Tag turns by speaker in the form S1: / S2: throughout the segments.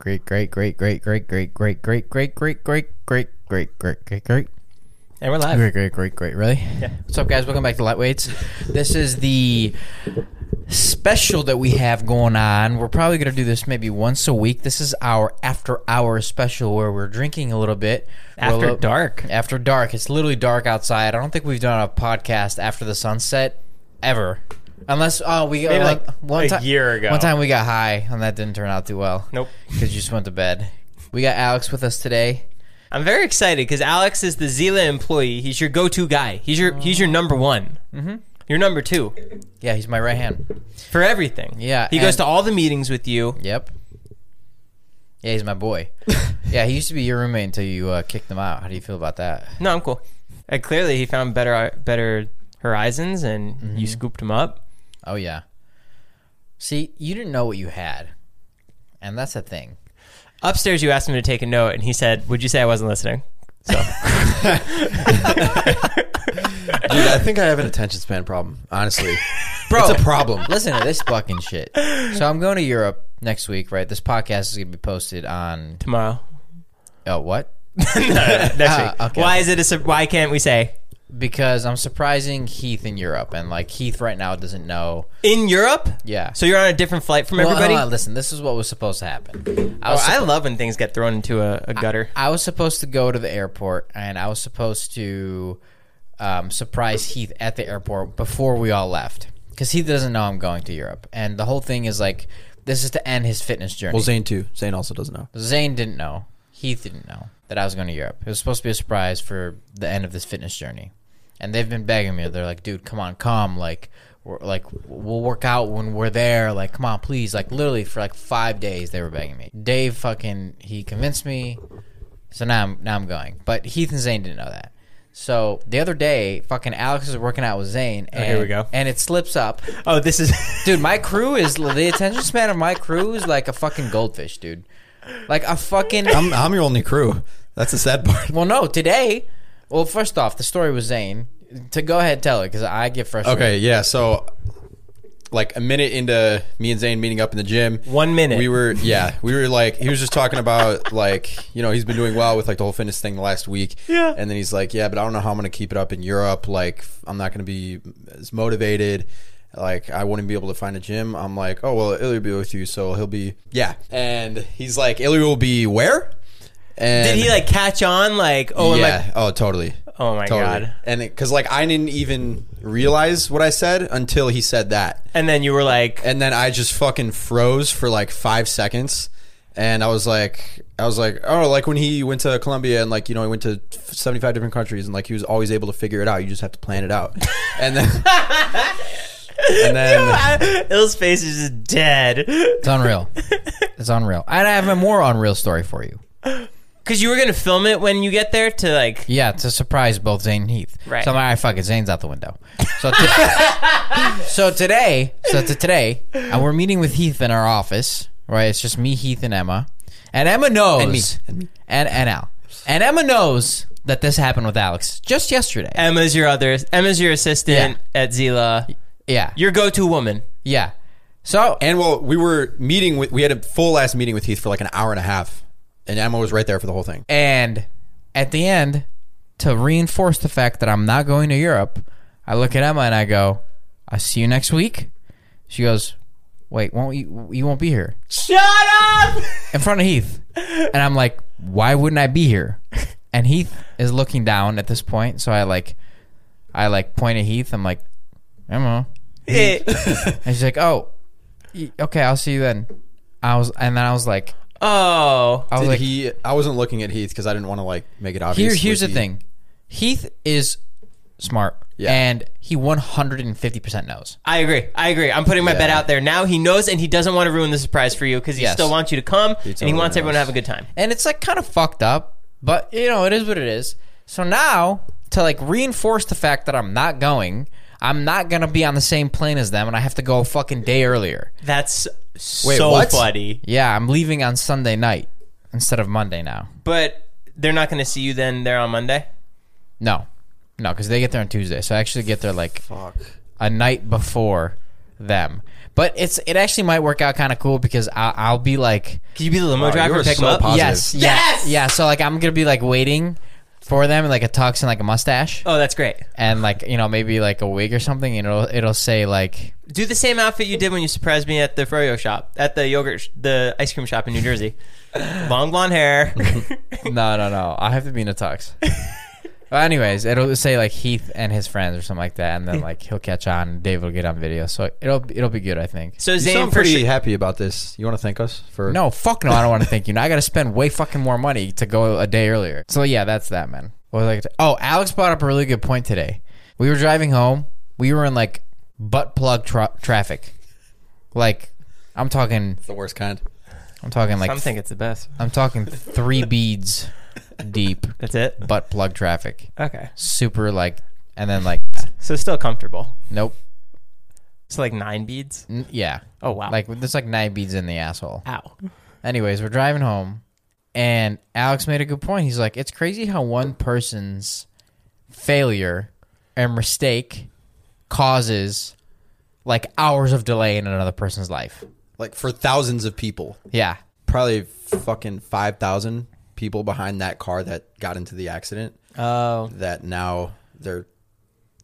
S1: Great, great, great, great, great, great, great, great, great, great, great, great, great, great, great, great.
S2: And we're live.
S1: Great, great, great, great. Really? Yeah. What's up, guys? Welcome back to Lightweights. This is the special that we have going on. We're probably going to do this maybe once a week. This is our after hour special where we're drinking a little bit. We're a
S2: After
S1: little-
S2: dark.
S1: After dark. It's literally dark outside. I don't think we've done a podcast after the sunset ever. Unless oh we
S2: Maybe
S1: uh,
S2: like
S1: one
S2: a
S1: ti-
S2: year ago.
S1: One time we got high and that didn't turn out too well.
S2: Nope.
S1: Because you just went to bed. We got Alex with us today.
S2: I'm very excited because Alex is the Zila employee. He's your go-to guy. He's your he's your number one. Mm-hmm. Your number two
S1: Yeah, he's my right hand.
S2: for everything.
S1: Yeah,
S2: he goes
S1: and-
S2: to all the meetings with you.
S1: Yep. Yeah, he's my boy. yeah, he used to be your roommate until you uh, kicked him out. How do you feel about that?
S2: No, I'm cool. And clearly, he found better uh, better horizons, and
S1: Mm-hmm.
S2: you scooped him up.
S1: Oh yeah. See, you didn't know what you had, and that's a thing.
S2: Upstairs, you asked him to take a note, and he said, "Would you say I wasn't listening?" So
S3: Dude, I think I have an attention span problem. Honestly, bro, it's a problem.
S1: Listen to this fucking shit. So I'm going to Europe next week, right? This podcast is going to be posted on.
S2: tomorrow,
S1: Oh, what?
S2: next week.
S1: Ah, okay.
S2: Why is it a? sur- Why can't we say
S1: Because I'm surprising Heath in Europe, and like Heath right now doesn't know.
S2: in Europe?
S1: Yeah.
S2: So you're on a different flight from
S1: Well, hold
S2: everybody.
S1: on, listen, this is what was supposed to happen. I
S2: Oh,
S1: was
S2: I love when things get thrown into a, a gutter.
S1: I was supposed to go to the airport and I was supposed to um, surprise Heath at the airport before we all left because he doesn't know I'm going to Europe. And the whole thing is like, this is to end his fitness journey.
S3: Well, Zane too. Zane also doesn't know.
S1: Zane didn't know. Heath didn't know that I was going to Europe. It was supposed to be a surprise for the end of this fitness journey. And they've been begging me. They're like, dude, come on, come. Like, we're, like we'll work out when we're there. Like, come on, please. Like, literally for like five days, they were begging me. Dave fucking, he convinced me. So now I'm now I'm going. But Heath and Zane didn't know that. So the other day, fucking Alex is working out with Zane. And,
S2: Oh, here we go.
S1: And it slips up.
S2: Oh, this is
S1: Dude, my crew is the attention span of my crew is like a fucking goldfish, dude. Like a fucking
S3: I'm, I'm your only crew. That's the sad part.
S1: well, no, today. Well, first off, the story was Zane. To go ahead, tell it because I get frustrated.
S3: Okay, yeah. So, like a minute into me and Zane meeting up in the gym,
S2: One minute.
S3: we were yeah, we were like he was just talking about like you know he's been doing well with like the whole fitness thing the last week.
S2: Yeah.
S3: and then he's like, yeah, but I don't know how I'm gonna keep it up in Europe. Like I'm not gonna be as motivated. Like I wouldn't be able to find a gym. I'm like, oh well, Ilya will be with you, so he'll be yeah. And he's like, Ilya will be where? And
S2: Did he like catch on? Like, oh, am I-
S3: yeah. oh, totally.
S2: Oh my
S3: Totally.
S2: God.
S3: And because like I didn't even realize what I said until he said that,
S2: and then you were like,
S3: and then I just fucking froze for like five seconds, and I was like, I was like, oh, like when he went to Colombia and like you know he went to seventy five different countries and like he was always able to figure it out. You just have to plan it out, and then. And then,
S2: Ill's face is just dead.
S1: It's unreal. it's unreal. And I have a more unreal story for you.
S2: Because you were going to film it when you get there to like.
S1: Yeah, to surprise both Zane and Heath.
S2: Right.
S1: So I'm like, all right, fuck it, Zane's out the window. So, to- so today, so to today, and we're meeting with Heath in our office. Right, it's just me, Heath, and Emma, and Emma knows, and
S3: me. And me.
S1: and, and Al, and Emma knows that this happened with Alex just yesterday.
S2: Emma's your other. Emma's your assistant
S1: Yeah.
S2: at Zila.
S1: yeah,
S2: Your go to woman.
S1: yeah. So
S3: and well, we were meeting with, we had a full last meeting with Heath for like an hour and a half, and Emma was right there for the whole thing.
S1: And at the end, to reinforce the fact that I'm not going to Europe, I look at Emma and I go, "I see you next week." She goes, "Wait, won't you? You won't be here
S2: Shut up!
S1: in front of Heath." And I'm like, "Why wouldn't I be here?" And Heath is looking down at this point, so I like, I like point at Heath. I'm like, "Emma," and she's like, "Oh, y- okay, I'll see you then." I was, and then I was like,
S2: oh.
S1: I was
S3: Did
S1: like,
S3: he? I wasn't looking at Heath because I didn't want to like make it obvious.
S1: Here, here's the
S3: what he-
S1: thing. Heath is smart.
S3: Yeah.
S1: And he 150% knows.
S2: I agree. I agree. I'm putting my bet
S3: Yeah.
S2: out there now. He knows, and he doesn't want to ruin the surprise for you because he
S1: Yes.
S2: still wants you to come, and he
S3: totally
S2: wants everyone to
S3: knows.
S2: have a good time.
S1: And it's like kind of fucked up, but you know, it is what it is. So now to like reinforce the fact that I'm not going, I'm not going to be on the same plane as them and I have to go a fucking day earlier.
S2: That's
S3: Wait,
S2: so
S3: what?
S2: funny.
S1: Yeah, I'm leaving on Sunday night instead of Monday now.
S2: But they're not going to see you then. They're on Monday.
S1: No. No, because they get there on Tuesday. So I actually get there like a night before them. But it's it actually might work out kind of cool because I'll, I'll be like
S2: Could you be the limo driver
S3: you
S2: and
S3: are
S2: pick
S3: so
S2: him up?
S3: positive.
S1: yes, yeah,
S2: Yes!
S1: yeah. So like I'm gonna be like waiting for them in like a tux and like a mustache
S2: Oh, that's great.
S1: and like you know maybe like a wig or something. And it'll it'll say like
S2: Do the same outfit you did when you surprised me at the froyo shop, at the yogurt, sh- the ice cream shop in New Jersey. Long blonde hair.
S1: no no no I have to be in a tux. But anyways, it'll say like Heath and his friends or something like that, and then like he'll catch on. and Dave will get on video, so it'll it'll be good, I think.
S2: so
S3: You
S2: Zane
S3: sound
S2: for
S3: pretty
S2: sure.
S3: happy about this. You want to thank us for
S1: No, fuck no. I don't want to thank you. Now I got to spend way fucking more money to go a day earlier. So yeah, that's that, man. What was I gonna say? oh, Alex brought up a really good point today. We were driving home. We were in like butt plug tra- traffic. Like, I'm talking.
S3: the worst kind.
S1: I'm talking like.
S2: Some think it's the best.
S1: I'm talking three beads deep
S2: That's it.
S1: butt plug traffic.
S2: Okay.
S1: Super like, and then like,
S2: So still comfortable.
S1: nope.
S2: It's like nine beads.
S1: N- yeah.
S2: Oh wow.
S1: Like there's like nine beads in the asshole.
S2: ow.
S1: Anyways, we're driving home, and Alex made a good point. He's like, it's crazy how one person's failure and mistake causes like hours of delay in another person's life.
S3: Like for thousands of people,
S1: Yeah.
S3: probably fucking five thousand people behind that car that got into the accident.
S2: Oh.
S3: That now they're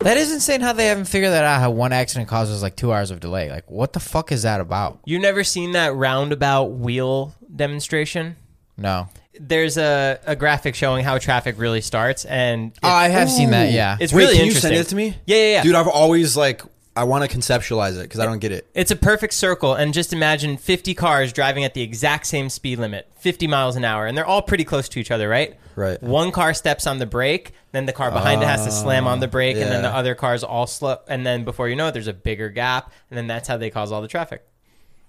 S1: That is insane how they haven't figured that out how one accident causes like two hours of delay. Like, what the fuck is that about?
S2: You've never seen that roundabout wheel demonstration?
S1: No.
S2: There's a, a graphic showing how traffic really starts, and
S1: Oh, I have seen that, yeah.
S2: it's
S3: Wait,
S2: really
S3: can you
S2: interesting.
S3: send it to me?
S2: Yeah, yeah, yeah.
S3: dude. I've always like I want to conceptualize it because I don't get it.
S2: It's a perfect circle, and just imagine 50 cars driving at the exact same speed limit, 50 miles an hour, and they're all pretty close to each other, right?
S3: Right.
S2: One car steps on the brake, then the car behind it has to slam on the brake, and then the
S3: yeah.
S2: other cars all slow, and then before you know it, there's a bigger gap, and then that's how they cause all the traffic.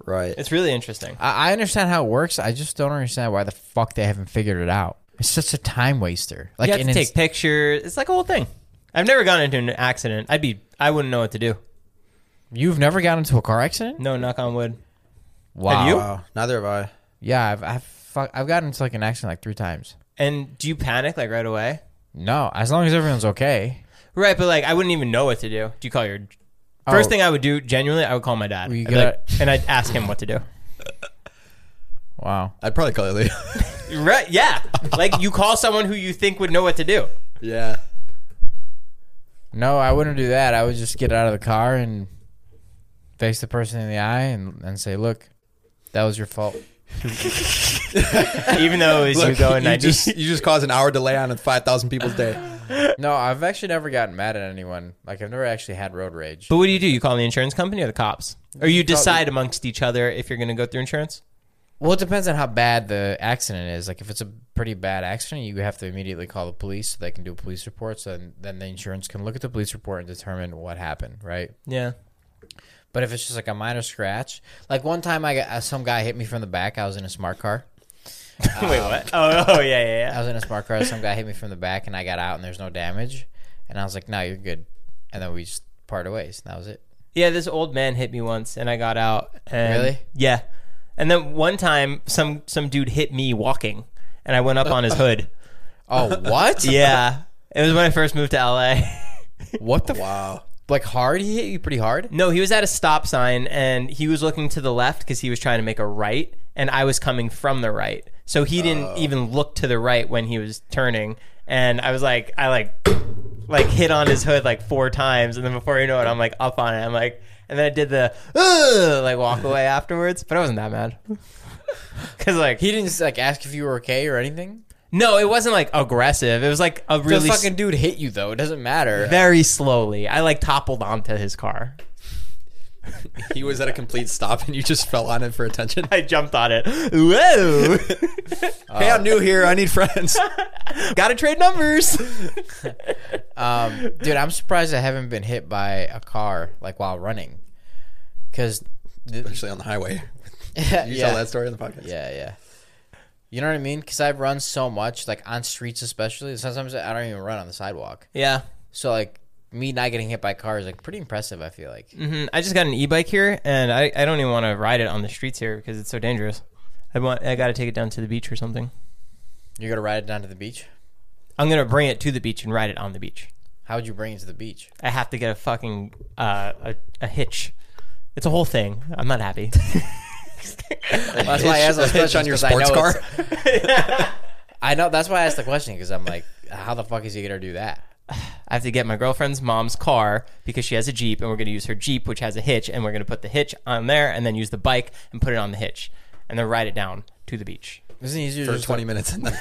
S3: Right.
S2: It's really interesting.
S1: I, I understand how it works. I just don't understand why the fuck they haven't figured it out. It's such a time waster. Like,
S2: You have
S1: and
S2: to
S1: it's-
S2: take pictures. It's like a whole thing. I've never gotten into an accident. I'd be, I wouldn't know what to do.
S1: you've never gotten into a car accident?
S2: No, knock on wood.
S1: Wow.
S2: you?
S3: Wow. Uh, Neither have I.
S1: Yeah, I've I've, fuck, I've gotten into like an accident like three times.
S2: And do you panic like right away?
S1: No, as long as everyone's okay.
S2: Right, but like I wouldn't even know what to do. Do you call your first
S1: Oh.
S2: thing I would do? Genuinely, I would call my dad,
S1: Well, you
S2: I'd be like-
S1: got-
S2: and I'd ask him what to do.
S1: Wow.
S3: I'd probably call you later.
S2: Right? Yeah, like you call someone who you think would know what to do.
S3: yeah.
S1: No, I wouldn't do that. I would just get out of the car and face the person in the eye and, and say, "Look, that was your fault."
S2: Even though it was you
S3: Look,
S2: going
S3: you
S2: ninety.
S3: just you just caused an hour delay on five thousand people's day.
S1: No, I've actually never gotten mad at anyone. Like I've never actually had road rage.
S2: but what do you do? You call the insurance company or the cops, or you decide amongst each other if you're going to go through insurance?
S1: Well, it depends on how bad the accident is. Like if it's a pretty bad accident, you have to immediately call the police so they can do a police report. So then, then the insurance can look at the police report and determine what happened. Right.
S2: Yeah.
S1: But if it's just like a minor scratch, like one time I got uh, some guy hit me from the back. I was in a smart car.
S2: Wait, what? Oh, oh, yeah, yeah,
S1: I
S2: yeah.
S1: was in a smart car. Some guy hit me from the back, and I got out, and there's no damage. And I was like, "No, you're good." And then we just parted ways. And that was it.
S2: Yeah, this old man hit me once, and I got out. And
S1: Really?
S2: Yeah. And then one time, some some dude hit me walking, and I went up on his hood.
S1: Oh, what?
S2: Yeah. It was when I first moved to LA.
S1: What the? F-
S3: Wow.
S1: like hard? He hit you pretty hard.
S2: No, he was at a stop sign and he was looking to the left because he was trying to make a right, and I was coming from the right. So he didn't even look to the right when he was turning. And I was like, I like, like hit on his hood like four times, and then before you know it, I'm like up on it. I'm like, and then I did the Ugh, like walk away afterwards, but I wasn't that mad. Cause like
S1: He
S2: he,
S1: didn't like ask if you were okay or anything.
S2: no, it wasn't like aggressive. It was like a
S1: The
S2: really s-
S1: fucking dude hit you though. It doesn't matter.
S2: very slowly. I like toppled onto his car.
S3: He was at a complete stop and you just fell on him for attention.
S2: I jumped on it. Whoa.
S3: hey, I'm new here. I need friends.
S2: Gotta trade numbers.
S1: Um, dude, I'm surprised I haven't been hit by a car like while running, because
S3: Especially on the highway.
S1: yeah,
S3: You
S1: yeah,
S3: tell that story on the podcast.
S1: yeah, yeah. You know what I mean? Because I've run so much, like on streets especially. Sometimes I don't even run on the sidewalk.
S2: Yeah.
S1: So like me not getting hit by cars, like pretty impressive. I feel like.
S3: Mm-hmm.
S2: hmm I just got an e-bike here, and I, I don't even want to ride it on the streets here because it's so dangerous. I want I got to take it down to the beach or something.
S1: You're gonna ride it down to the beach.
S2: I'm gonna bring it to the beach and ride it on the beach.
S1: How would you bring it to the beach?
S2: I have to get a fucking uh, a, a hitch. It's a whole thing. I'm not happy.
S1: that's why I asked those
S3: Hitch- a
S1: questions
S3: hitch on your
S1: 'cause I know
S3: sports car.
S1: it's- I know that's why I asked the question because I'm like, how the fuck is he gonna do that?
S2: I have to get my girlfriend's mom's car because she has a Jeep, and we're going to use her Jeep, which has a hitch, and we're going to put the hitch on there and then use the bike and put it on the hitch and then ride it down to the beach.
S1: Isn't it easier
S3: For
S1: just to-
S3: 20 minutes. And then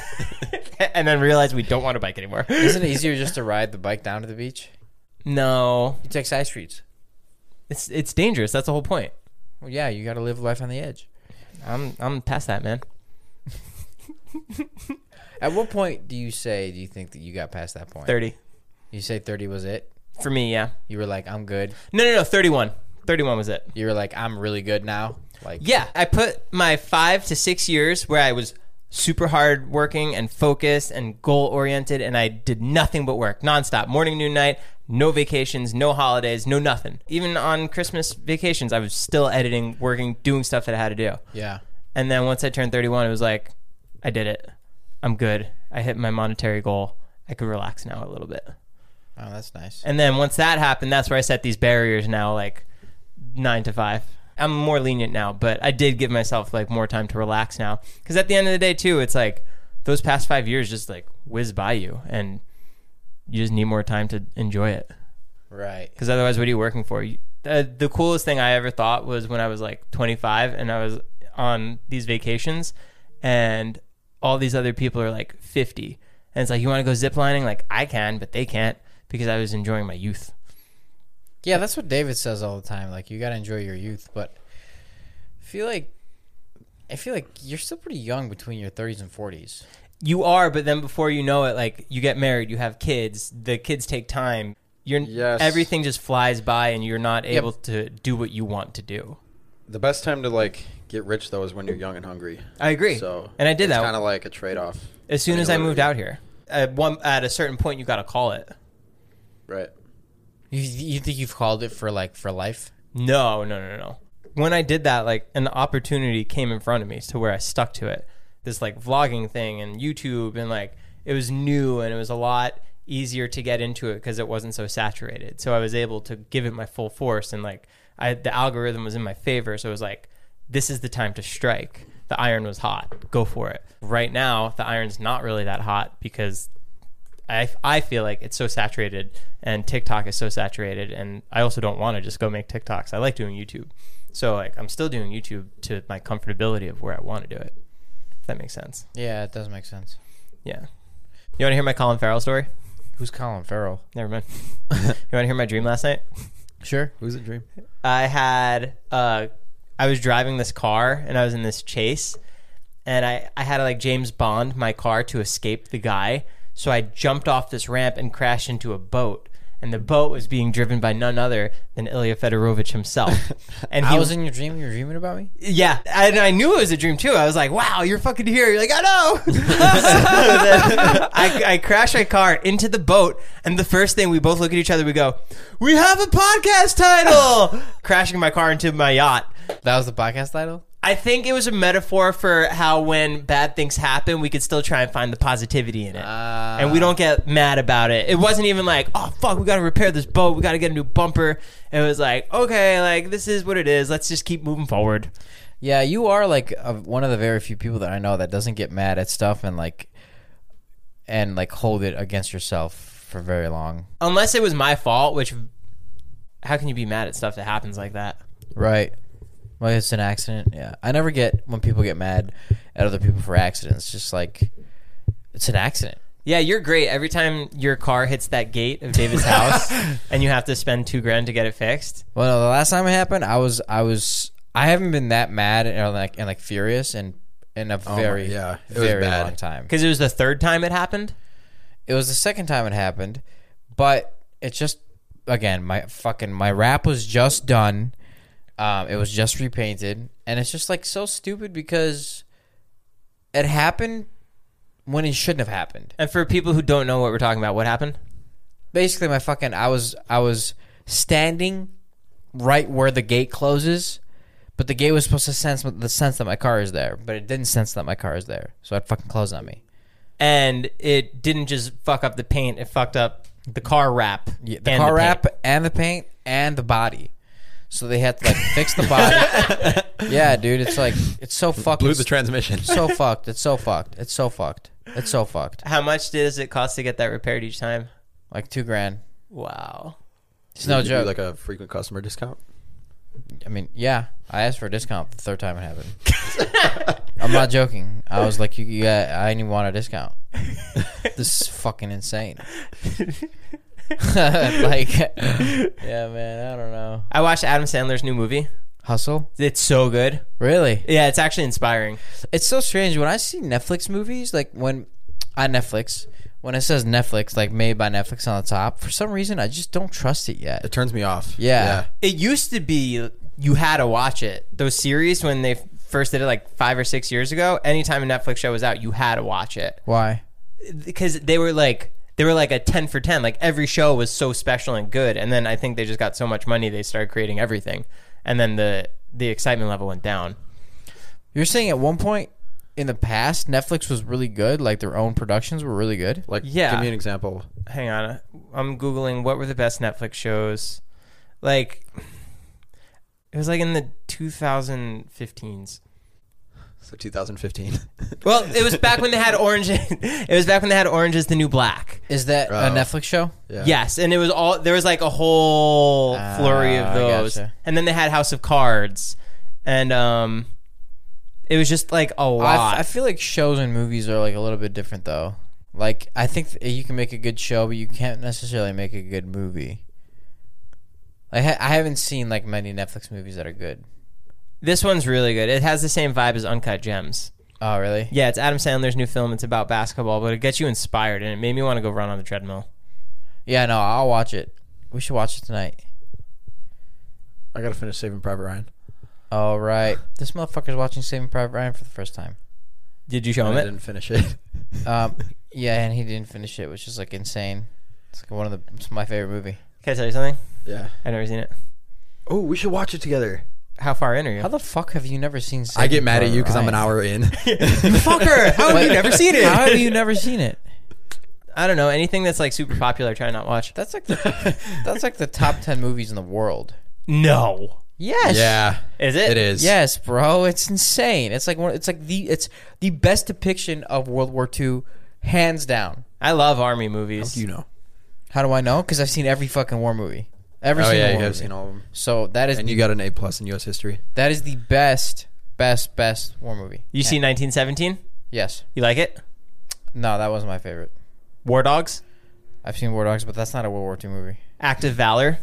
S2: And then realize we don't want to bike anymore.
S1: Isn't it easier just to ride the bike down to the beach?
S2: no,
S1: You take side streets.
S2: it's it's dangerous. That's the whole point.
S1: Well, yeah, you got to live life on the edge.
S2: I'm I'm past that, man.
S1: At what point do you say do you think that you got past that point?
S2: 30
S1: You say 30 was it?
S2: for me, yeah.
S1: You were like, I'm good.
S2: No, no, no. 31. 31 was it.
S1: You were like, I'm really good now. Like,
S2: Yeah, I put my five to six years where I was super hard working and focused and goal oriented, and I did nothing but work nonstop, morning, noon, night, no vacations, no holidays, no nothing. Even on Christmas vacations, I was still editing, working, doing stuff that I had to do.
S1: yeah.
S2: And then once I turned 31, it was like, I did it. I'm good. I hit my monetary goal. I could relax now a little bit.
S1: Oh, that's nice.
S2: And then once that happened, that's where I set these barriers now, like nine to five. I'm more lenient now, but I did give myself like more time to relax now. Because at the end of the day, too, it's like those past five years just like whiz by you, and you just need more time to enjoy it.
S1: Right.
S2: Because otherwise, what are you working for? You- Uh, the coolest thing I ever thought was when I was like 25 and I was on these vacations, and all these other people are like 50. And it's like, you want to go ziplining? Like, I can, but they can't because I was enjoying my youth.
S1: Yeah, that's what David says all the time. Like, you got to enjoy your youth, but I feel like I feel like you're still pretty young between your 30s and 40s.
S2: You are, but then before you know it, like, you get married, you have kids, the kids take time. You're,
S3: Yes.
S2: Everything just flies by, and you're not able to do what you want to do.
S3: the best time to like get rich though is when you're young and hungry.
S2: I agree.
S3: So
S2: and I did that.
S3: Kind of like a trade off.
S2: as soon as I moved out here, at, one, at a certain point, you got to call it.
S3: Right.
S1: You, you think you've called it for like for life?
S2: No, no, no, no. When I did that, like an opportunity came in front of me to where I stuck to it. This like vlogging thing and YouTube and like it was new and it was a lot easier to get into it because it wasn't so saturated. So I was able to give it my full force and like I the algorithm was in my favor. So it was like this is the time to strike. The iron was hot. Go for it. Right now, the iron's not really that hot because I, I feel like it's so saturated and TikTok is so saturated and I also don't want to just go make TikToks. I like doing YouTube. So like I'm still doing YouTube to my comfortability of where I want to do it. If that makes sense.
S1: Yeah, it does make sense.
S2: Yeah. You want to hear my Colin Farrell story?
S1: Who's Colin Farrell?
S2: Never mind. you want to hear my dream last night?
S1: Sure.
S3: Who's it dream?
S2: I had uh I was driving this car and I was in this chase and I, I had to like James Bond my car to escape the guy. So I jumped off this ramp and crashed into a boat. And the boat was being driven by none other than Ilya Fedorovich himself. And he
S1: I was in your dream. You were dreaming about me.
S2: yeah, and I knew it was a dream too. I was like, "Wow, you're fucking here!" You're like, "I know." So then I, I crash my car into the boat, and the first thing we both look at each other, we go, "We have a podcast title!" Crashing my car into my yacht.
S1: That was the podcast title.
S2: I think it was a metaphor for how when bad things happen, we could still try and find the positivity in it. and we don't get mad about it. It wasn't even like, oh, fuck, we got to repair this boat. We got to get a new bumper. It was like, okay, like, this is what it is. Let's just keep moving forward.
S1: Yeah, you are like a, one of the very few people that I know that doesn't get mad at stuff and like and like hold it against yourself for very long.
S2: Unless it was my fault, which, how can you be mad at stuff that happens like that?
S1: Right. Well, it's an accident. Yeah, I never get when people get mad at other people for accidents. Just like it's an accident.
S2: Yeah, you're great. Every time your car hits that gate of David's house and you have to spend two grand to get it fixed,
S1: Well, no, the last time it happened, I was I was I haven't been that mad and or, like and like furious and in a very
S3: Oh yeah. It was
S1: very
S3: bad.
S1: long time.
S2: because it was the third time it happened.
S1: It was the second time it happened, But it's just again my fucking my rap was just done. Um, it was just repainted, and it's just like so stupid because it happened when it shouldn't have happened.
S2: And for people who don't know what we're talking about, what happened?
S1: basically my fucking I was I was standing right where the gate closes, but the gate was supposed to sense the sense that my car is there, but it didn't sense that my car is there, so it fucking closed on me.
S2: And it didn't just fuck up the paint; it fucked up the car wrap.
S1: Yeah, the
S2: and
S1: car
S2: paint.
S1: wrap and the paint and the body. So they had to like fix the body. yeah, dude, it's like it's so fucking
S3: Blew the transmission.
S1: so fucked. It's so fucked. It's so fucked. It's so fucked.
S2: How much does it cost to get that repaired each time?
S1: Like two grand.
S2: Wow.
S1: It's no
S3: Did you do,
S1: joke.
S3: Like a frequent customer discount.
S1: I mean, yeah, I asked for a discount the third time it happened. I'm not joking. I was like, you, you got, I didn't even want a discount. this is fucking insane. like, yeah, man, I don't know.
S2: I watched Adam Sandler's new movie.
S1: Hustle?
S2: It's so good.
S1: Really?
S2: Yeah, it's actually inspiring.
S1: It's so strange when I see Netflix movies, like when I Netflix, when it says Netflix, like made by Netflix on the top, for some reason I just don't trust it
S3: It
S1: yet.
S3: turns me off.
S1: Yeah.
S2: It used to be you had to watch it. Those series when they first did it like 5 or 6 years ago, anytime a Netflix show was out, you had to watch it.
S1: Why?
S2: Because they were like they were like a 10 for 10. Like every show was so special and good and then I think they just got so much money they started creating everything. And then the the excitement level went down.
S1: You're saying at one point in the past, Netflix was really good, like their own productions were really good?
S3: Like,
S2: Yeah.
S3: give me an example.
S2: hang on. I'm googling what were the best Netflix shows. Like it was like in the 2015s.
S3: So 2015.
S2: Well, it was back when they had Orange it was back when they had Orange is the New Black.
S1: Is that a
S3: Oh.
S1: Netflix show?
S3: Yeah.
S2: Yes, and it was all there was like a whole flurry
S1: Ah,
S2: of
S1: I
S2: those.
S1: gotcha.
S2: And then they had House of Cards. And um it was just like a
S1: I,
S2: lot.
S1: f- I feel like shows and movies are like a little bit different though. Like I think th- you can make a good show, but you can't necessarily make a good movie. Like, ha- I haven't seen like many Netflix movies that are good.
S2: this one's really good. It has the same vibe as Uncut Gems.
S1: Oh really?
S2: Yeah, it's Adam Sandler's new film. It's about basketball, but it gets you inspired and it made me want to go run on the treadmill.
S1: Yeah, no, I'll watch it. We should watch it tonight.
S3: I gotta finish Saving Private Ryan.
S1: All right, this motherfucker's watching Saving Private Ryan for the first time.
S2: Did you show him
S3: I
S2: it?
S3: didn't finish it.
S1: Um, yeah, and he didn't finish it, which is like insane. It's like one of the it's my favorite movie.
S2: Can I tell you something?
S3: yeah.
S2: I've never seen it.
S3: Oh, we should watch it together.
S2: How far in are you?
S1: How the fuck have you never seen?
S3: I
S1: Saving
S3: get mad at
S1: Private
S3: you because I'm an
S1: Ryan?
S3: hour in.
S2: fucker! How
S1: Wait, How have you never seen it?
S2: I don't know. Anything that's like super popular, I try not watch.
S1: That's like the, that's like the top ten movies in the world.
S2: No.
S1: Yes.
S3: yeah.
S2: Is it?
S3: It is.
S1: Yes, bro. It's insane. It's like one. It's like the it's the best depiction of World War II, hands down.
S2: I love army movies.
S3: You know.
S1: How do I know? Because I've seen every fucking war movie. Every
S3: Oh
S1: single
S3: yeah,
S1: war
S3: you have
S1: movie.
S3: seen all of them.
S1: So that is
S3: And you got an A plus in U.S. history.
S1: that is the best, best, best war movie.
S2: You see 1917?
S1: Yes.
S2: You like it?
S1: No, that wasn't my favorite.
S2: War Dogs?
S1: I've seen War Dogs, but that's not a World War II movie.
S2: Act of Valor?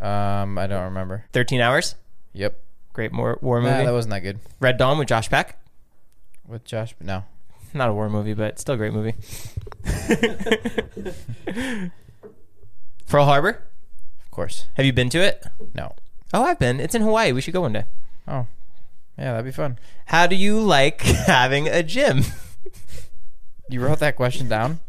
S1: Um, I don't remember.
S2: 13 Hours?
S1: Yep.
S2: Great war, war movie.
S1: Nah, that wasn't that good.
S2: Red Dawn with Josh Peck?
S1: With Josh, no.
S2: Not a war movie, but still a great movie. Pearl Harbor?
S1: Of course,
S2: Have you been to it?
S1: no.
S2: Oh, I've been. It's in Hawaii. We should go one day.
S1: Oh, yeah, that'd be fun.
S2: How do you like having a gym?
S1: You wrote that question down.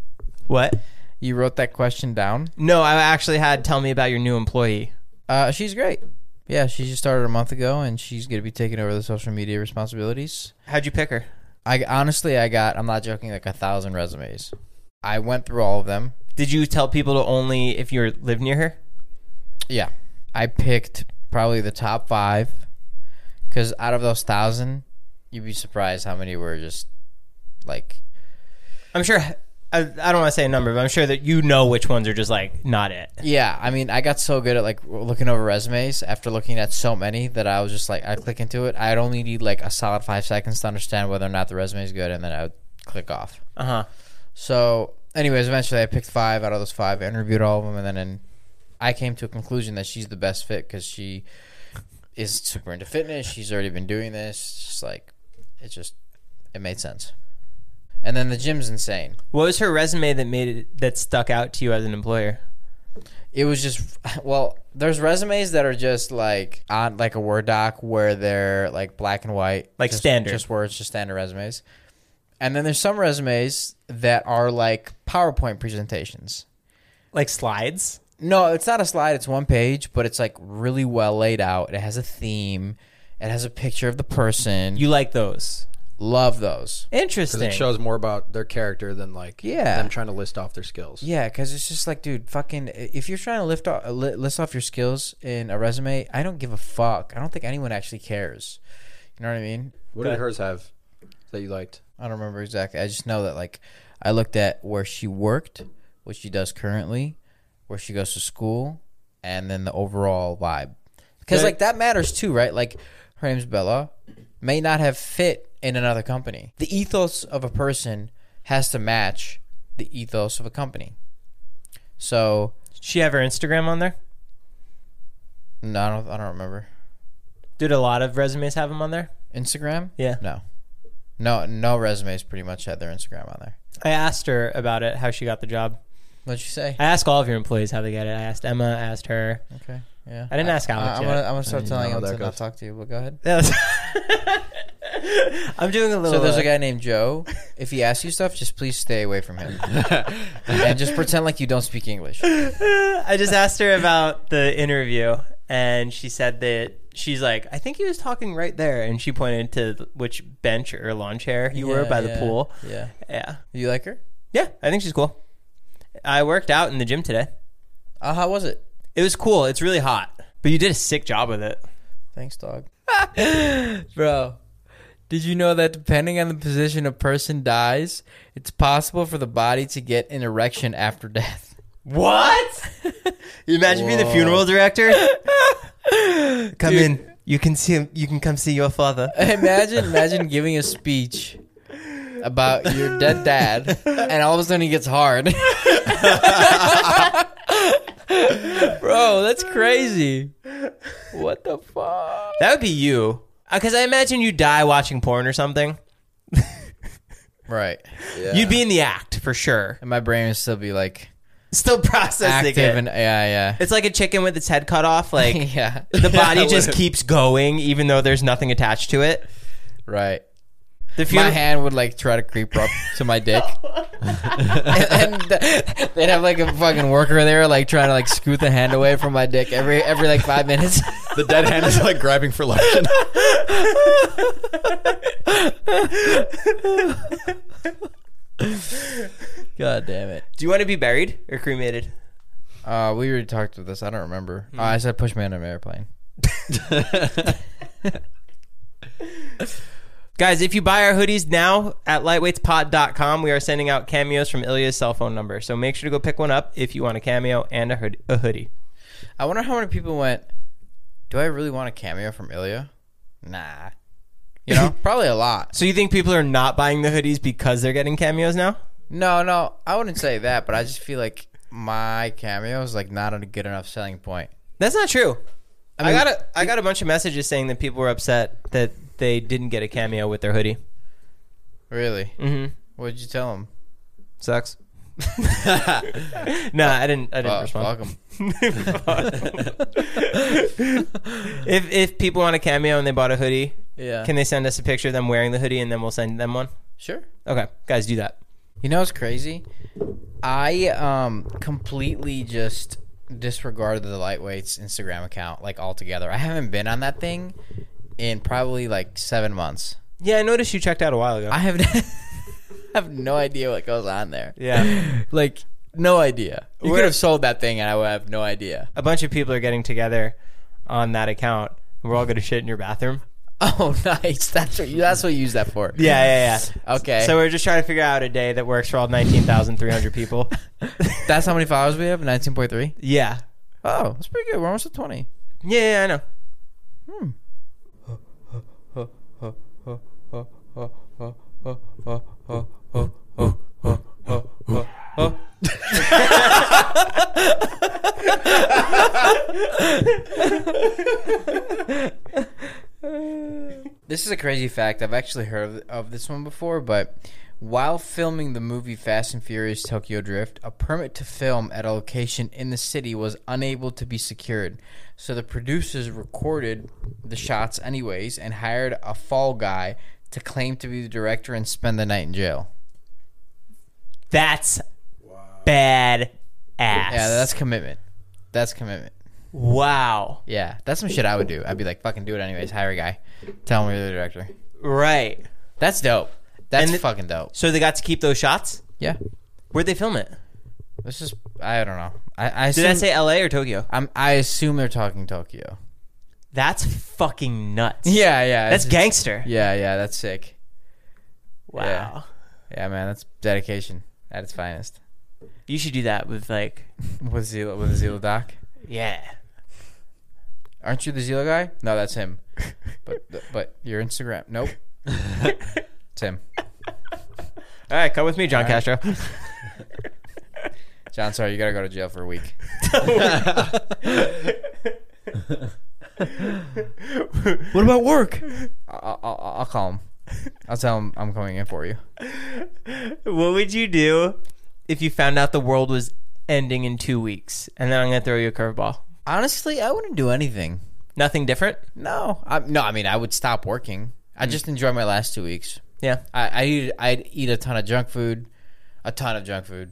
S2: What?
S1: You wrote that question down.
S2: No, I actually had tell me about your new employee.
S1: Uh, she's great. Yeah, she just started a month ago, and she's gonna be taking over the social media responsibilities.
S2: How'd you pick her?
S1: I honestly, I got. I'm not joking. Like a thousand resumes. I went through all of them.
S2: Did you tell people to only if you live near her?
S1: Yeah, I picked probably the top five because out of those thousand, you'd be surprised how many were just like
S2: I'm sure. I, I don't want to say a number, but I'm sure that you know which ones are just like not it.
S1: Yeah, I mean, I got so good at like looking over resumes after looking at so many that I was just like, I click into it. I'd only need like a solid five seconds to understand whether or not the resume is good, and then I would click off.
S2: Uh huh.
S1: So, anyways, eventually I picked five out of those five, I interviewed all of them, and then in, I came to a conclusion that she's the best fit because she is super into fitness. She's already been doing this. It's just like, it just it made sense. And then the gym's insane.
S2: What was her resume that made it that stuck out to you as an employer?
S1: It was just well, there's resumes that are just like on like a Word doc where they're like black and white,
S2: Like
S1: just-
S2: standard.
S1: just words, just standard resumes. And then there's some resumes that are like PowerPoint presentations.
S2: Like slides.
S1: No, it's not a slide. It's one page, but it's like really well laid out. It has a theme. It has a picture of the person.
S2: You like those?
S1: love those.
S2: Interesting.
S3: It shows more about their character than like
S1: Yeah.
S3: them trying to list off their skills.
S1: Yeah, because it's just like, dude, fucking. If you're trying to lift off, li- list off your skills in a resume, I don't give a fuck. I don't think anyone actually cares. You know what I mean?
S3: What did hers have that you liked?
S1: I don't remember exactly. I just know that like, I looked at where she worked, what she does currently, where she goes to school, and then the overall vibe. Because
S2: Okay.
S1: like that matters too, right? Like, her name's Bella, may not have fit in another company. The ethos of a person has to match the ethos of a company. So
S2: she have her Instagram on there?
S1: No, I don't, I don't remember.
S2: Did a lot of resumes have them on there?
S1: Instagram?
S2: Yeah.
S1: No. No, no resumes pretty much had their Instagram on there.
S2: I asked her about it, how she got the job.
S1: What'd you say?
S2: I ask all of your employees how they got it. I asked Emma. I asked her.
S1: Okay. Yeah.
S2: I didn't ask Alex
S1: I'm
S2: yet.
S1: gonna, I'm gonna start
S3: didn't know
S1: telling
S3: how
S1: him
S3: that
S1: to not
S3: goes.
S1: talk to you, but go ahead.
S2: I'm doing a little.
S1: So there's
S2: uh,
S1: a guy named Joe. If he asks you stuff, just please stay away from him, and just pretend like you don't speak English.
S2: I just asked her about the interview, and she said that she's like, I think he was talking right there, and she pointed to which bench or lawn chair you were
S1: Yeah,
S2: by the
S1: yeah,
S2: pool.
S1: Yeah.
S2: Yeah,
S1: You like her?
S2: yeah, I think she's cool. I worked out in the gym today.
S1: Uh, how was it?
S2: It was cool. It's really hot, but you did a sick job with it.
S1: Thanks, dog. Bro, did you know that depending on the position a person dies, it's possible for the body to get an erection after death?
S2: What? you imagine being the funeral director? come in. You can see him. You can come see your father.
S1: imagine imagine giving a speech about your dead dad and all of a sudden he gets hard bro that's crazy what the fuck
S2: That would be you, because I imagine you die watching porn or something.
S1: right
S2: You'd be in the act for sure.
S1: and my brain would still be like
S2: Still processing
S1: active
S2: it.
S1: and yeah
S2: it's like a chicken with its head cut off.
S1: yeah
S2: Like
S1: yeah
S2: the body just keeps going, even though there's nothing attached to it.
S1: right
S2: The
S1: my
S2: funeral.
S1: hand would like try to creep up to my dick and, and th- they'd have like a fucking worker there like trying to like scoot the hand away from my dick every every like five minutes
S3: The dead hand is like grabbing for life.
S1: god damn it
S2: Do you want to be buried or cremated?
S1: Uh, we already talked about this. I don't remember.
S2: Hmm.
S1: Uh, I said push me on an airplane.
S2: Guys, if you buy our hoodies now at lightweightspot.com, we are sending out cameos from Ilya's cell phone number. So make sure to go pick one up if you want a cameo and a, hood- a hoodie.
S1: I wonder how many people went. Do I really want a cameo from Ilya? Nah. You know, probably a lot.
S2: So you think people are not buying the hoodies because they're getting cameos now?
S1: No, no, I wouldn't say that, but I just feel like my cameo is like not a good enough selling point.
S2: That's not true. I,
S1: mean-
S2: got a I got a bunch of messages saying that people were upset that they didn't get a cameo with their hoodie.
S1: Really?
S2: Mm-hmm.
S1: What'd you tell him?
S2: Sucks. nah, I didn't. I didn't
S1: Oh,
S2: respond.
S1: fuck him.
S2: If if people want a cameo and they bought a hoodie,
S1: Yeah.
S2: can they send us a picture of them wearing the hoodie and then we'll send them one?
S1: sure.
S2: Okay, guys, do that.
S1: You know what's crazy? I um completely just disregarded the lightweight's Instagram account like altogether. I haven't been on that thing in probably like seven months.
S2: Yeah, I noticed you checked out a while ago.
S1: I have I have no idea what goes on there.
S2: yeah,
S1: Like no idea. You
S2: We're-
S1: could have sold that thing and I would have no idea.
S2: a bunch of people are getting together on that account. We're all gonna shit in your bathroom.
S1: Oh, nice. That's what you, that's what you use that for.
S2: Yeah, yeah, yeah.
S1: Okay.
S2: So we're just trying to figure out a day that works for all nineteen thousand three hundred people.
S1: that's how many followers we have. Nineteen point three.
S2: yeah.
S1: Oh, that's pretty good. We're almost at twenty.
S2: Yeah, yeah, I know.
S1: This is a crazy fact. I've actually heard of, of this one before, but while filming the movie Fast and Furious Tokyo Drift, a permit to film at a location in the city was unable to be secured. So the producers recorded the shots anyways and hired a fall guy to claim to be the director and spend the night in jail.
S2: That's bad ass.
S1: Yeah, that's commitment. That's commitment.
S2: wow.
S1: Yeah, that's some shit I would do. I'd be like, fucking do it anyways. Hire a guy. Tell him you're the director.
S2: Right.
S1: That's dope. That's
S2: And the-
S1: fucking dope.
S2: So they got to keep those shots.
S1: Yeah.
S2: Where'd they film it?
S1: This is I don't know. I, I assume,
S2: Did I say L.A. or Tokyo?
S1: I'm, I assume they're talking Tokyo.
S2: That's fucking nuts.
S1: Yeah, yeah.
S2: That's
S1: it's just-
S2: gangster.
S1: Yeah, yeah. That's sick.
S2: Wow.
S1: yeah. Yeah, man. That's dedication at its finest.
S2: You should do that with like.
S1: With Zila, with Zila Doc.
S2: Yeah.
S1: Aren't you the Zila guy? No, that's him. But but your Instagram. Nope. it's him.
S2: All right, come with me, John
S1: right.
S2: Castro.
S1: John, sorry, you gotta go to jail for a week.
S3: What about work?
S1: I'll, I'll, I'll call him. I'll tell him I'm coming in for you.
S2: what would you do if you found out the world was ending in two weeks? And then I'm gonna throw you a curveball.
S1: Honestly, I wouldn't do anything.
S2: Nothing different.
S1: No, I, no. I mean, I would stop working. I just enjoy my last two weeks.
S2: Yeah.
S1: I, I eat, I'd eat a ton of junk food, a ton of junk food.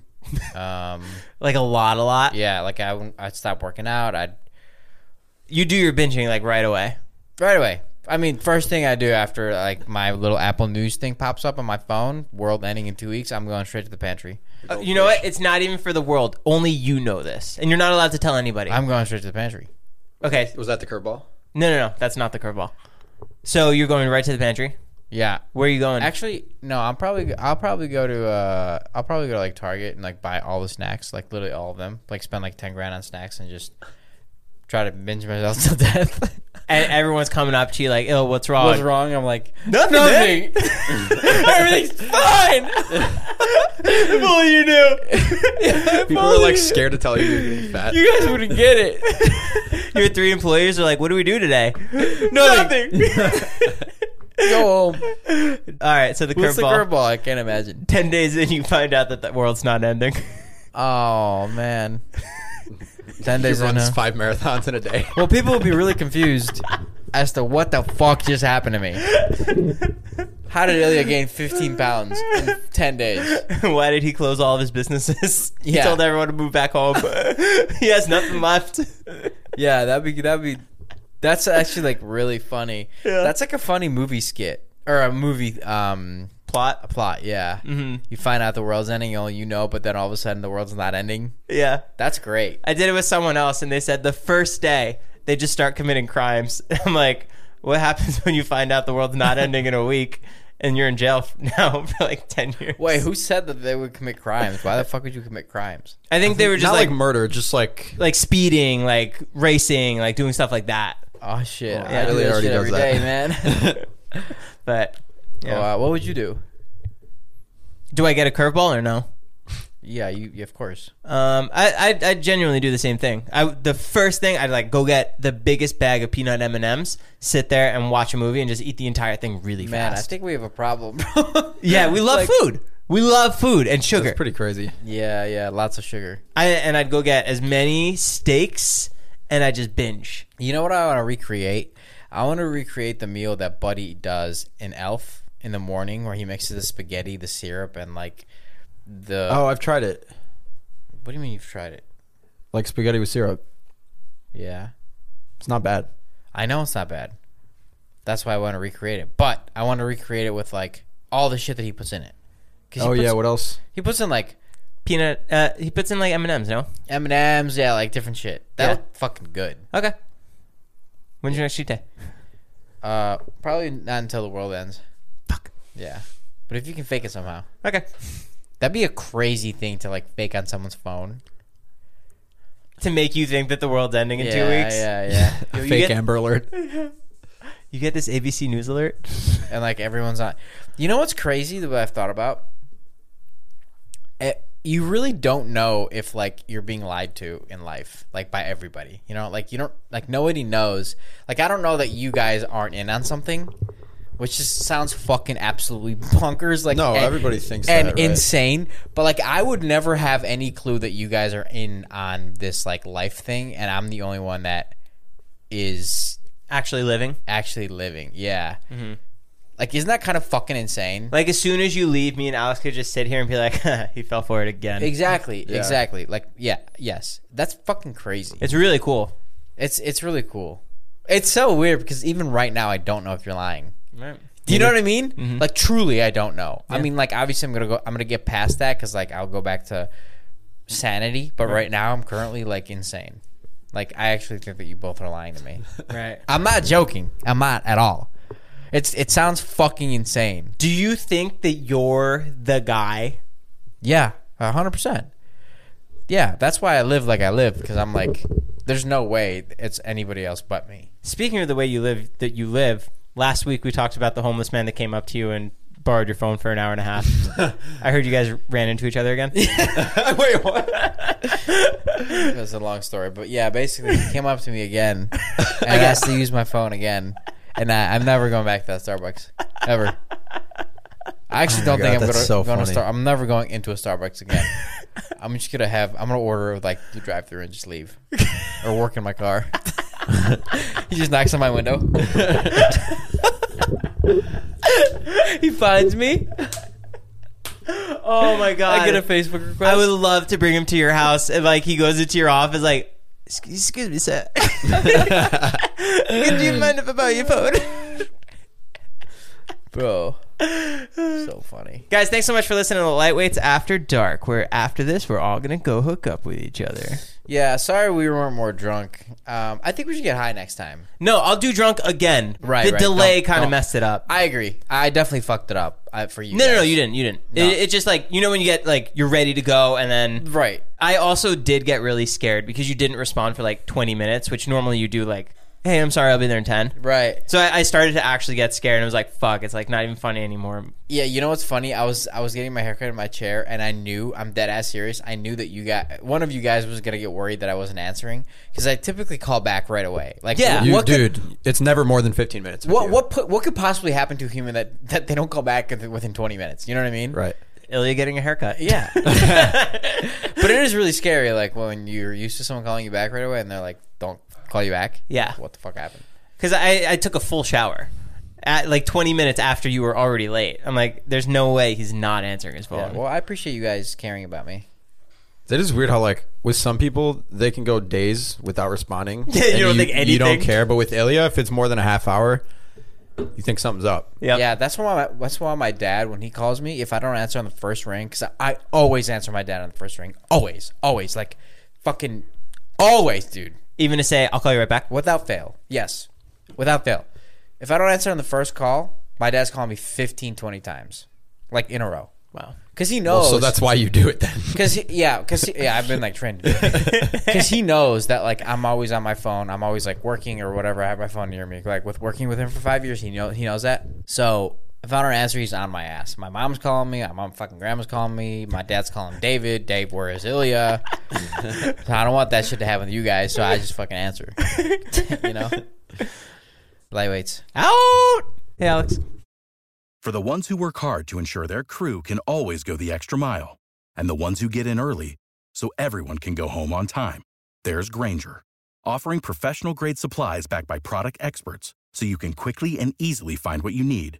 S1: Um,
S2: Like a lot, a lot.
S1: yeah, like I, wouldn't- I'd stop working out. I'd
S2: You do your binging like right away.
S1: right away. I mean, first thing I do after like my little Apple News thing pops up on my phone, world ending in two weeks. I'm going straight to the pantry.
S2: Uh, you know what? It's not even for the world. Only you know this, and you're not allowed to tell anybody.
S1: I'm going straight to the pantry.
S2: okay.
S3: Was that the curveball?
S2: No, no, no. That's not the curveball. So you're going right to the pantry.
S1: Yeah,
S2: Where are you going?
S1: actually, no. I'm probably I'll probably go to uh I'll probably go to like Target and like buy all the snacks, like literally all of them. Like spend like ten grand on snacks and just try to binge myself to death.
S2: and everyone's coming up to you like, "Oh, what's wrong?"
S1: What's wrong? I'm like
S2: Nothing.
S1: nothing.
S2: Everything's fine. if only you knew.
S3: People are like scared to tell you you're getting fat.
S2: You guys wouldn't get it. Your three employers are like, "What do we do today?" Nothing.
S1: Go home.
S2: All right. So the
S1: What's the
S2: curveball.
S1: curveball? I can't imagine.
S2: Ten days in, you find out that the world's not ending.
S1: Oh man. Ten days
S3: he
S1: in.
S3: runs
S1: a-
S3: five marathons in a day.
S1: Well, people will be really confused as to what the fuck just happened to me. How did Ilya gain 15 pounds in 10 days?
S2: Why did he close all of his businesses? he
S1: Yeah.
S2: told everyone to move back home. he has nothing left.
S1: Yeah, that'd be that'd be that's actually like really funny. That's like a funny movie skit or a movie um
S2: Plot.
S1: plot. Yeah, mm-hmm. you find out the world's ending, all you know, but then all of a sudden the world's not ending.
S2: Yeah.
S1: That's great.
S2: I did it with someone else, and they said the first day they just start committing crimes. I'm like, what happens when you find out the world's not ending in a week and you're in jail f- now for like 10 years?
S1: Wait, who said that they would commit crimes? Why the fuck would you commit crimes?
S2: I think they were just
S3: Not
S2: like,
S3: like
S2: like,
S3: murder, just like
S2: speeding, like racing, like doing stuff like that.
S1: Oh shit! I
S3: yeah,
S1: do
S3: Ilya
S1: that
S3: already
S1: shit every
S3: does that.
S1: day, man.
S2: But yeah.
S1: Oh, Wow, what would you do?
S2: do I get a curveball or no?
S1: Yeah, you, you of course.
S2: Um, I, I I genuinely do the same thing. I the first thing I'd like go get the biggest bag of peanut M and M's, sit there and watch a movie and just eat the entire thing really
S1: Man, I
S2: fast.
S1: think we have a problem, bro.
S2: yeah, we love
S1: Like-
S2: food. We love food and sugar.
S3: pretty crazy.
S1: yeah, yeah, lots of sugar.
S2: I, and I'd go get as many steaks and I just binge.
S1: You know what I want to recreate? I want to recreate the meal that Buddy does in Elf in the morning, where he mixes the spaghetti, the syrup, and like the.
S3: Oh, I've tried it.
S1: What do you mean you've tried it?
S3: Like spaghetti with syrup.
S1: Yeah,
S3: It's not bad.
S1: I know it's not bad. That's why I want to recreate it, but I want to recreate it with like all the shit that he puts in it. 'Cause he
S3: Oh
S1: puts,
S3: yeah, what else?
S1: he puts in like
S2: Peanut. Uh, he puts in like M and M's. No.
S1: M and M's, yeah, like different shit. That
S2: Yeah.
S1: looked fucking good.
S2: Okay. When's your next cheat day?
S1: Uh, probably not until the world ends.
S2: Fuck.
S1: Yeah, but if you can fake it somehow,
S2: Okay.
S1: that'd be a crazy thing to like fake on someone's phone.
S2: To make you think that the world's ending in
S1: yeah,
S2: two weeks.
S1: Yeah, yeah.
S2: Yo, you,
S3: Fake
S2: get,
S3: Amber Alert.
S2: you get this ABC News alert.
S1: and like everyone's on. You know what's crazy that I've thought about? Eh, You really don't know if like you're being lied to in life, like by everybody. You know, like you don't like nobody knows. Like I don't know that you guys aren't in on something, which just sounds fucking absolutely bonkers. Like
S3: No, everybody thinks
S1: and
S3: that, right?
S1: insane. But like, I would never have any clue that you guys are in on this like life thing, and I'm the only one that is
S2: Actually living.
S1: actually living. Yeah, like isn't that kind of fucking insane?
S2: Mm-hmm. Like as soon as you leave, me and Alex could just sit here and be like, he fell for it again.
S1: Exactly, exactly. Like, yeah, yes, that's fucking crazy.
S2: It's really cool.
S1: It's it's really cool. It's so weird because even right now, I don't know if you're lying.
S2: Right.
S1: Do you know what I mean?
S2: Mm-hmm.
S1: Like truly, I don't know. I mean, like obviously, I'm gonna go. I'm gonna get past that because like I'll go back to sanity. But right now, I'm currently like insane. Like I actually think that you both are lying to me.
S2: Right.
S1: I'm not joking. I'm not at all. It's it sounds fucking insane.
S2: Do you think that you're the guy?
S1: Yeah, a hundred percent. Yeah, that's why I live like I live because I'm like, there's no way it's anybody else but me.
S2: Speaking of the way you live, that you live. Last week we talked about the homeless man that came up to you and borrowed your phone for an hour and a half. I heard you guys ran into each other again.
S3: Wait, what?
S1: That's a long story, but yeah, basically he came up to me again and asked to use my phone again, and I, I'm never going back to that Starbucks ever. I actually don't
S3: Oh God,
S1: think I'm
S3: that's
S1: gonna,
S3: so
S1: gonna
S3: funny.
S1: start. I'm never going into a Starbucks again. I'm just gonna have. I'm gonna order like the drive-through and just leave, or work in my car. he just knocks on my window. he finds me.
S2: oh my god!
S1: I get a Facebook request.
S2: I would love to bring him to your house, and like he goes into your office, like, "Excuse, excuse me, sir. Do you mind if I borrow your phone?"
S1: bro. So funny.
S2: Guys, thanks so much for listening to Lightweights After Dark. Where after this, we're all gonna go hook up with each other.
S1: Yeah, sorry we weren't more drunk. Um, I think we should get high next time.
S2: No, I'll do drunk again.
S1: Right,
S2: The
S1: right.
S2: delay
S1: Don't-
S2: kind of
S1: don't.
S2: messed it up.
S1: I agree. I definitely fucked it up I, for you.
S2: no, no, no,
S1: guys.
S2: you didn't. You didn't. It, it's just like you know when you get like you're ready to go, and then
S1: Right.
S2: I also did get really scared because you didn't respond for like 20 minutes, which normally you do. Like, hey, I'm sorry, I'll be there in 10.
S1: Right.
S2: So I, I started to actually get scared and I was like, fuck, it's like not even funny anymore.
S1: Yeah, you know what's funny? I was I was getting my haircut in my chair and I knew I'm dead ass serious. I knew that you got one of you guys was gonna get worried that I wasn't answering because I typically call back right away. Like
S2: Yeah.
S3: You,
S1: what could-
S3: dude, it's never more than 15 minutes. with
S1: what
S3: you.
S1: what put, what could possibly happen to a human that, that they don't call back within 20 minutes? You know what I mean?
S3: Right.
S2: Ilya getting a haircut.
S1: Yeah. but it is really scary, like when you're used to someone calling you back right away and they're like, don't call you back.
S2: Yeah.
S1: What the fuck happened?
S2: Because I, I took a full shower at like 20 minutes after you were already late. I'm like, there's no way he's not answering his phone.
S1: Yeah, well, I appreciate you guys caring about me.
S3: That is weird how like with some people they can go days without responding.
S2: Yeah, you don't
S3: and
S2: think
S3: You don't
S2: anything.
S3: care, but with Ilya, if it's more than a half hour, you think something's up.
S2: Yep.
S1: Yeah, that's why. My, that's why my dad, when he calls me, if I don't answer on the first ring, because I, I always answer my dad on the first ring, always, always, like, fucking, always, dude,
S2: Even to say, I'll call you right back.
S1: without fail. Yes, without fail. If I don't answer on the first call, my dad's calling me 15, 20 times, like in a row,
S2: Wow.
S1: because he
S2: Oh,
S1: knows.
S3: so that's why you do it then.
S1: Cause he, yeah, cause he- yeah, I've been like trained. Because he knows that like I'm always on my phone. I'm always like working or whatever. I have my phone near me. Like with working with him for five years, he know he knows that. So if I don't answer, he's on my ass. My mom's calling me. My mom fucking grandma's calling me. My dad's calling David. Dave, where is Ilya? so I don't want that shit to happen to you guys. So I just fucking answer. you know, lightweights.
S2: Out! Hey, Alex.
S4: For the ones who work hard to ensure their crew can always go the extra mile, and the ones who get in early so everyone can go home on time, there's Granger, offering professional grade supplies backed by product experts so you can quickly and easily find what you need.